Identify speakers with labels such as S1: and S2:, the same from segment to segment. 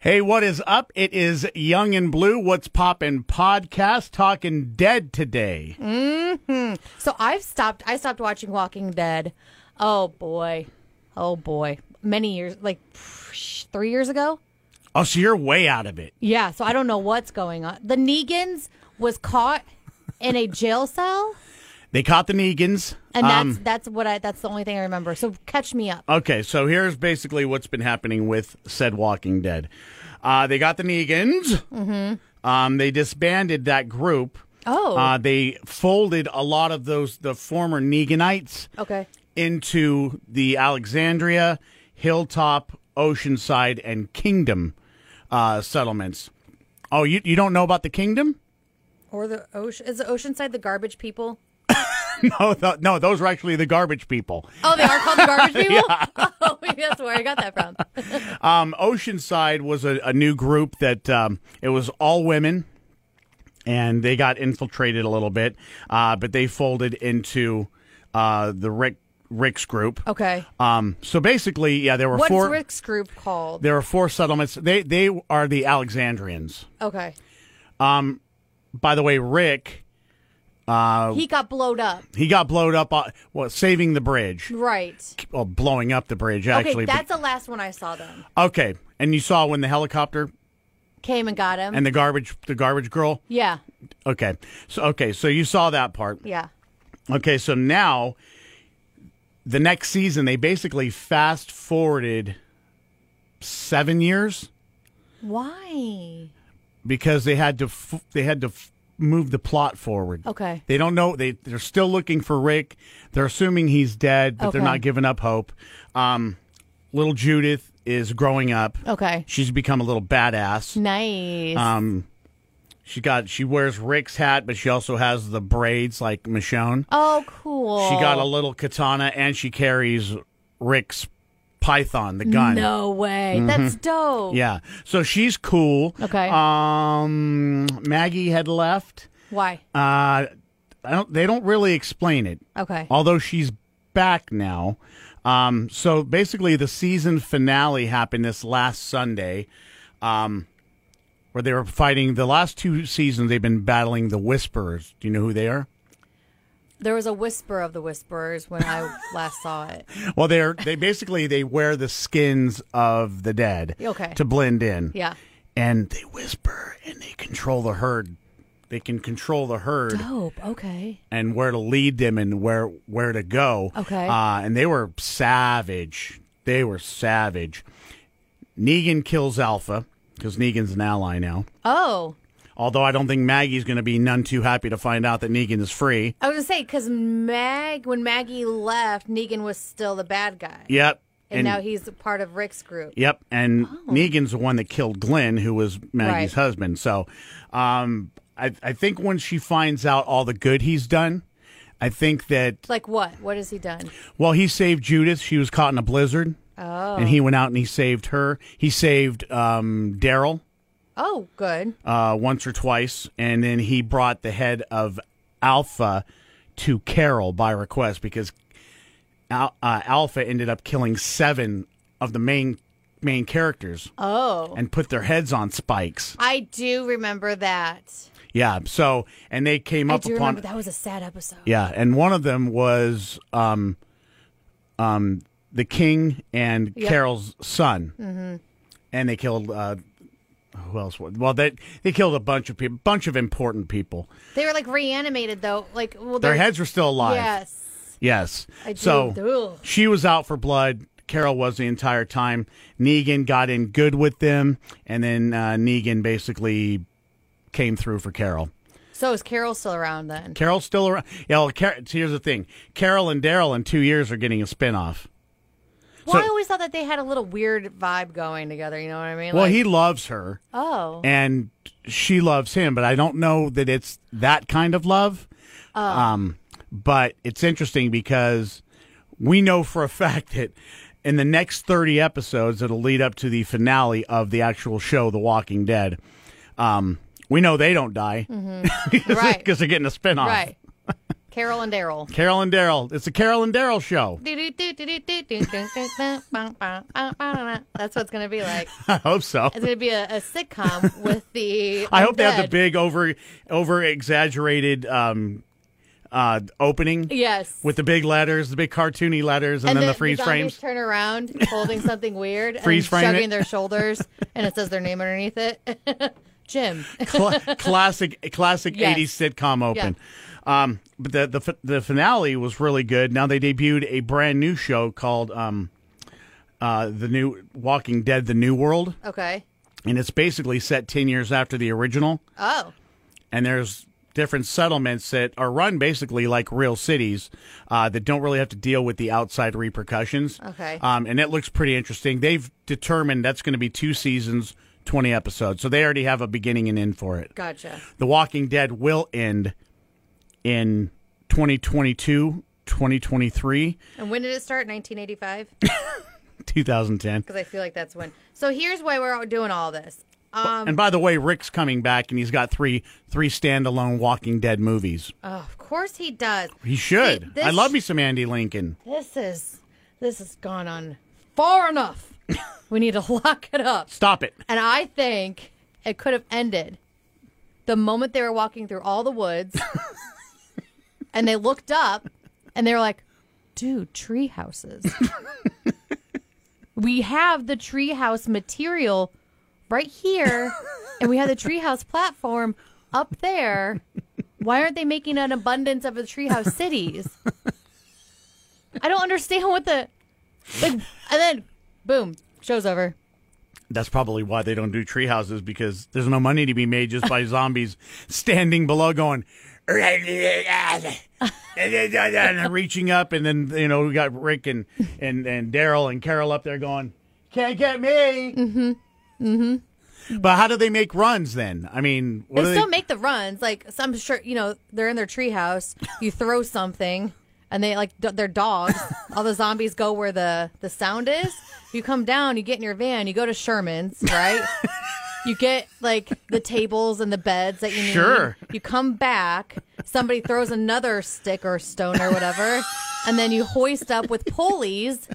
S1: Hey, what is up? It is Young and Blue. What's poppin' podcast? Talking dead today.
S2: So I've stopped. I stopped watching Walking Dead. Oh boy, oh boy, many years like psh, three years ago.
S1: Oh, so you're way out of it.
S2: Yeah. So I don't know what's going on. The Negans was caught in a jail cell,
S1: They caught the Negans. Um,
S2: and that's that's what I. That's the only thing I remember. So catch me up.
S1: Okay, so here's basically what's been happening with said Walking Dead. Uh, they got the Negans. Mm-hmm. Um, they disbanded that group.
S2: Oh.
S1: Uh, they folded a lot of those the former Neganites
S2: Okay.
S1: into the Alexandria, Hilltop, Oceanside, and Kingdom uh, settlements. Oh, you you don't know about the Kingdom?
S2: Or the ocean is the Oceanside the garbage people?
S1: No, th- no, those were actually the garbage people.
S2: Oh, they are called the garbage people. Oh, maybe that's where I got that from.
S1: Um, Oceanside was a, a new group that um, it was all women, and they got infiltrated a little bit, uh, but they folded into uh, the Rick Rick's group.
S2: Okay.
S1: Um, so basically, yeah, there were
S2: What's
S1: four.
S2: Rick's group called?
S1: There were four settlements. They they are the Alexandrians.
S2: Okay.
S1: By the way, Rick
S2: He got blowed up.
S1: he got blowed up. On, well, saving the bridge.
S2: Right.
S1: Well, blowing up the bridge actually.
S2: okay,
S1: but-
S2: that's the last one I saw them.
S1: okay. And you saw when the helicopter
S2: Came and got him.
S1: and the garbage the garbage girl.
S2: yeah.
S1: Okay. So okay, so you saw that part.
S2: Yeah.
S1: Okay, so now the next season they basically fast forwarded 7 years
S2: Why?
S1: because they had to f- they had to f- move the plot forward.
S2: Okay.
S1: They don't know they they're still looking for Rick. They're assuming he's dead, but they're
S2: Okay.
S1: not giving up hope. Um little Judith is growing up.
S2: Okay.
S1: She's become a little badass. Um,
S2: Nice.
S1: Uh, She got she wears Rick's hat, but she also has the braids like Michonne.
S2: oh, cool.
S1: She got a little katana and she carries Rick's python, the gun.
S2: No way. That's dope.
S1: Mm-hmm. Yeah. So she's cool.
S2: Okay.
S1: Um Maggie had left.
S2: Why?
S1: Uh I don't they don't really explain it.
S2: Okay.
S1: Although she's back now. Um so basically the season finale happened this last Sunday. Um where they were fighting the last two seasons they've been battling the whisperers. Do you know who they are?
S2: There was a whisper of the whisperers when I last saw it.
S1: Well, they're they basically they wear the skins of the dead
S2: Okay.
S1: to blend in.
S2: Yeah.
S1: And they whisper and they control the herd. They can control the herd
S2: Dope. Okay.
S1: and where to lead them and where where to go.
S2: Okay.
S1: Uh, and they were savage. They were savage. Negan kills Alpha because Negan's an ally now.
S2: Oh,
S1: Although I don't think Maggie's going to be none too happy to find out that Negan is free.
S2: I was gonna say because Mag, when Maggie left, Negan was still the bad guy,
S1: Yep.
S2: and, now he's a part of Rick's group.
S1: Yep, and Negan's the one that killed Glenn, who was Maggie's
S2: Right.
S1: husband. So, um, I, I think when she finds out all the good he's done, I think that
S2: Like what? What has he done?
S1: well, he saved Judith. She was caught in a blizzard,
S2: Oh.
S1: and he went out and he saved her. He saved um, Daryl
S2: Oh, good.
S1: uh, once or twice, and then he brought the head of Alpha to Carol by request because Al- uh, Alpha ended up killing seven of the main main characters
S2: Oh,
S1: and put their heads on spikes.
S2: I do remember that.
S1: Yeah. So, and they came
S2: I
S1: up
S2: do
S1: upon.
S2: remember that was a sad episode.
S1: Yeah, and one of them was um, um, the king and
S2: Yep.
S1: Carol's son, mm-hmm. and they killed. Uh, who else? was- Well, they they killed a bunch of people, bunch of important people.
S2: They were like reanimated though. Like well,
S1: Their
S2: they're-
S1: heads were still alive.
S2: Yes.
S1: Yes.
S2: I do-
S1: so
S2: ugh.
S1: she was out for blood. Carol was the entire time. Negan got in good with them, and then uh, Negan basically came through for Carol.
S2: So is Carol still around then?
S1: Carol's still around. Yeah, well, Car- here's the thing: Carol and Daryl in two years are getting a spinoff.
S2: Well,
S1: so-
S2: I always thought that they had a little weird vibe going together. You know what I mean?
S1: Well,
S2: Like,
S1: he loves her,
S2: Oh.
S1: and she loves him, but I don't know that it's that kind of love.
S2: Oh.
S1: Um, but it's interesting because we know for a fact that in the next thirty episodes that'll lead up to the finale of the actual show, The Walking Dead. Um, we know they don't die
S2: Right.
S1: because they're getting a spinoff.
S2: Mm-hmm. Right. Carol and Daryl.
S1: Carol and Daryl. It's the Carol and Daryl show.
S2: That's what it's gonna be like.
S1: I hope so.
S2: It's gonna be a, a sitcom with the.
S1: I hope they have the
S2: undead.
S1: big over over exaggerated um, uh, opening
S2: Yes.
S1: with the big letters, the big cartoony letters, and, then, the freeze
S2: zombies
S1: frames.
S2: turn around holding something weird
S1: Freeze
S2: and
S1: frame
S2: shrugging
S1: it.
S2: their shoulders and it says their name underneath it jim
S1: Cla classic, classic
S2: Yes.
S1: '80s sitcom open. Um, but the the fi- the finale was really good. Now they debuted a brand new show called um, uh, the new Walking Dead: The New World,
S2: okay
S1: and it's basically set ten years after the original.
S2: oh
S1: and there's different settlements that are run basically like real cities uh, that don't really have to deal with the outside repercussions.
S2: Okay.
S1: Um, and it looks pretty interesting. They've determined that's going to be two seasons, 20 episodes. So they already have a beginning and end for it.
S2: gotcha
S1: The Walking Dead will end in 2022, 2023,
S2: and when did it start 1985
S1: 2010.
S2: because i feel like that's when so here's why we're out doing all this um
S1: and by the way, Rick's coming back and he's got three three standalone Walking Dead movies.
S2: oh, of course he does
S1: He should.
S2: this-
S1: I love me some Andy Lincoln.
S2: this is this has gone on far enough we need to lock it up
S1: Stop it.
S2: And I think it could have ended the moment they were walking through all the woods and they looked up and they were like, dude, tree houses. we have the treehouse material right here and we have the treehouse platform up there. Why aren't they making an abundance of the treehouse cities? I don't understand what the like, and then boom, show's over.
S1: That's probably why they don't do tree houses because there's no money to be made just by zombies standing below going and reaching up and then you know we got Rick and and and Daryl and Carol up there going can't get me. Mm-hmm. Mm-hmm. But how do they make runs then? I mean, what
S2: they
S1: do
S2: still
S1: they?
S2: make the runs. Like so I'm sure you know they're in their treehouse. You throw something, and they like d- their dogs. all the zombies go where the the sound is. You come down. You get in your van. You go to Sherman's, right? you get like the tables and the beds that you need.
S1: Sure.
S2: You come back. Somebody throws another stick or stone or whatever, and then you hoist up with pulleys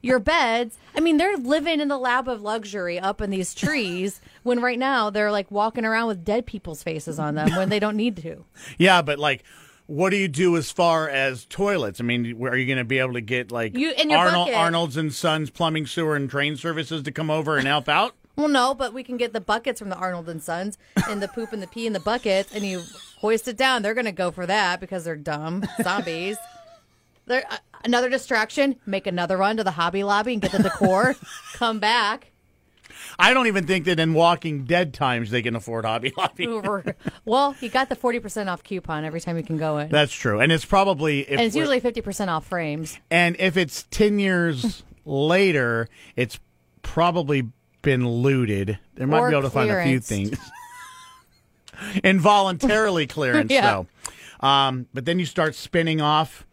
S2: your beds. I mean, they're living in the lap of luxury up in these trees when right now they're like walking around with dead people's faces on them when they don't need to.
S1: yeah, but like. What do you do as far as toilets? I mean, where are you going to be able to get like
S2: You- in your
S1: Arnold,
S2: bucket.
S1: Arnold's and Sons plumbing, sewer, and drain services to come over and help out?
S2: Well, no, but we can get the buckets from the Arnold and Sons and the poop and the pee in the buckets and you hoist it down. They're going to go for that because they're dumb zombies. They're, uh, another distraction, make another run to the Hobby Lobby and get the decor, come back.
S1: I don't even think that in Walking Dead times they can afford Hobby Lobby.
S2: Over. Well, you got the 40% off coupon every time you can go in.
S1: That's true, and it's probably if
S2: And it's
S1: we're-
S2: usually 50% off frames.
S1: and if it's ten years later, it's probably been looted. They might
S2: Or
S1: be able to find a few
S2: clearanced.
S1: things involuntarily clearance
S2: Yeah.
S1: though. Um, but then you start spinning off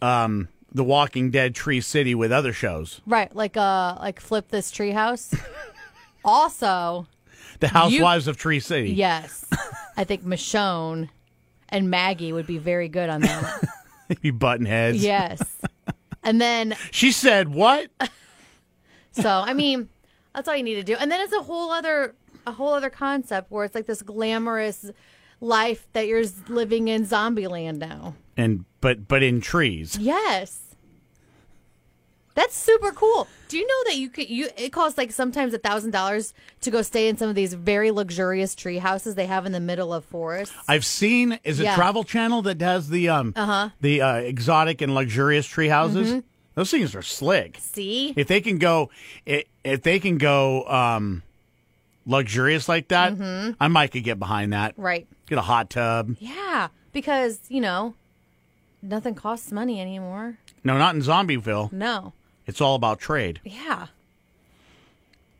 S1: um, the Walking Dead Tree City with other shows.
S2: Right, like uh like flip this treehouse. also,
S1: The Housewives of Tree City.
S2: yes. I think Michonne and Maggie would be very good on that.
S1: you button heads.
S2: yes. And then
S1: She said what?
S2: so I mean, that's all you need to do. And then it's a whole other a whole other concept where it's like this glamorous life that you're s- living in zombie land now.
S1: And but but in trees.
S2: Yes. That's super cool. Do you know that you could you it costs like sometimes a thousand dollars to go stay in some of these very luxurious tree houses they have in the middle of forests?
S1: I've seen is it
S2: Yeah. Uh-huh.
S1: Travel Channel that does the um the uh, exotic and luxurious tree houses?
S2: Mm-hmm.
S1: Those things are slick.
S2: See?
S1: If they can go i- if they can go um luxurious like that, I might could get behind that.
S2: Mm-hmm. Right.
S1: Get a hot tub.
S2: Yeah. Because, you know, nothing costs money anymore.
S1: No, not in Zombieville.
S2: No.
S1: It's all about trade.
S2: Yeah.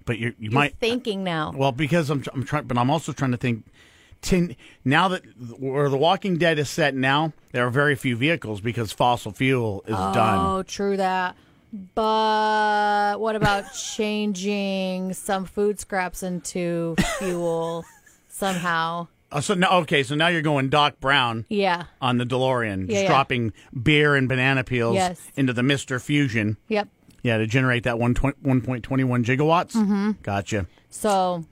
S1: But you you
S2: You're
S1: might
S2: thinking now.
S1: well because I'm tr- I'm trying but I'm also trying to think Ten, now that where The Walking Dead is set now, there are very few vehicles because fossil fuel is done.
S2: Oh, true that. But what about changing some food scraps into fuel somehow?
S1: Oh, so now, okay, so now you're going Doc Brown
S2: Yeah.
S1: on the DeLorean, just
S2: Yeah, yeah.
S1: dropping beer and banana peels
S2: Yes.
S1: into the Mister Fusion.
S2: Yep.
S1: Yeah, to generate that 1.21 gigawatts.
S2: Mm-hmm.
S1: Gotcha.
S2: So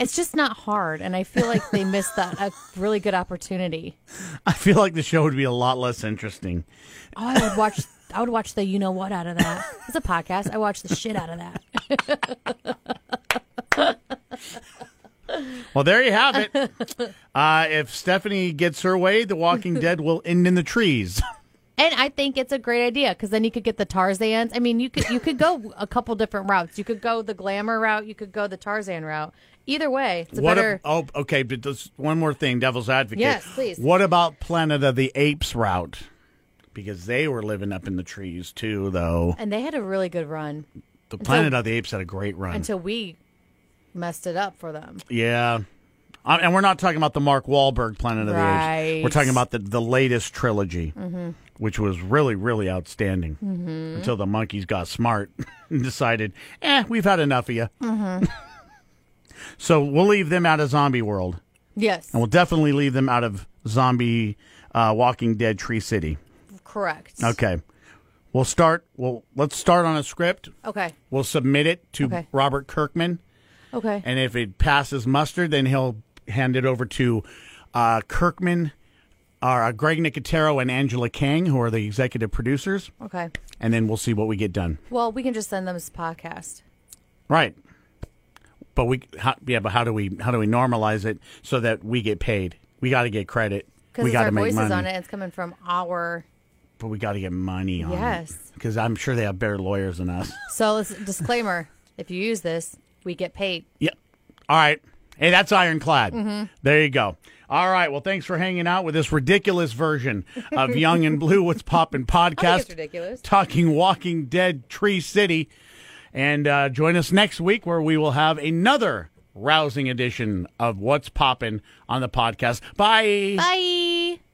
S2: it's just not hard, and I feel like they missed that a really good opportunity.
S1: I feel like the show would be a lot less interesting.
S2: Oh, I would watch. I would watch the you know what out of that. It's a podcast. I watch the shit out of that.
S1: Well, there you have it. uh, if Stephanie gets her way, The Walking Dead will end in the trees.
S2: And I think it's a great idea because then you could get the Tarzans. I mean, you could you could go a couple different routes. You could go the glamour route. You could go the Tarzan route. Either way, it's a
S1: what?
S2: better.
S1: ab- oh, okay. But just one more thing, Devil's Advocate.
S2: Yes, please.
S1: What about Planet of the Apes route? Because they were living up in the trees too, though.
S2: and they had a really good run
S1: The Planet of the Apes had a great run.
S2: until we messed it up for them.
S1: yeah. I- and we're not talking about the Mark Wahlberg Planet of the Apes. We're
S2: Right. Mm-hmm.
S1: talking about the, the latest trilogy, which was really, really outstanding until the monkeys got smart and decided, eh, we've had enough of you.
S2: Mm-hmm.
S1: so we'll leave them out of Zombie World.
S2: Yes,
S1: And we'll definitely leave them out of Zombie uh, Walking Dead Tree City.
S2: correct.
S1: Okay. We'll start. Well, let's start on a script.
S2: Okay.
S1: We'll submit it to
S2: Okay.
S1: Robert Kirkman.
S2: Okay.
S1: And if it passes muster, then he'll hand it over to uh, Kirkman, or uh, Greg Nicotero, and Angela Kang, who are the executive producers.
S2: okay.
S1: And then we'll see what we get done.
S2: Well, we can just send them this podcast.
S1: Right. But we, how, yeah. But how do we how do we normalize it so that we get paid? We got to get credit. We
S2: Because
S1: got to
S2: our
S1: make
S2: voices
S1: money.
S2: on it, it's coming from our.
S1: But we got to get money on it.
S2: Yes.
S1: Because I'm sure they have better lawyers than us.
S2: So, let's, disclaimer: if you use this, we get paid.
S1: yep. All right. Hey, that's ironclad.
S2: Mm-hmm.
S1: There you go. All right. Well, thanks for hanging out with this ridiculous version of Young and Blue What's Poppin' podcast.
S2: it's ridiculous.
S1: Talking Walking Dead Tree City. And uh, join us next week where we will have another rousing edition of What's Poppin' on the podcast. Bye.
S2: Bye.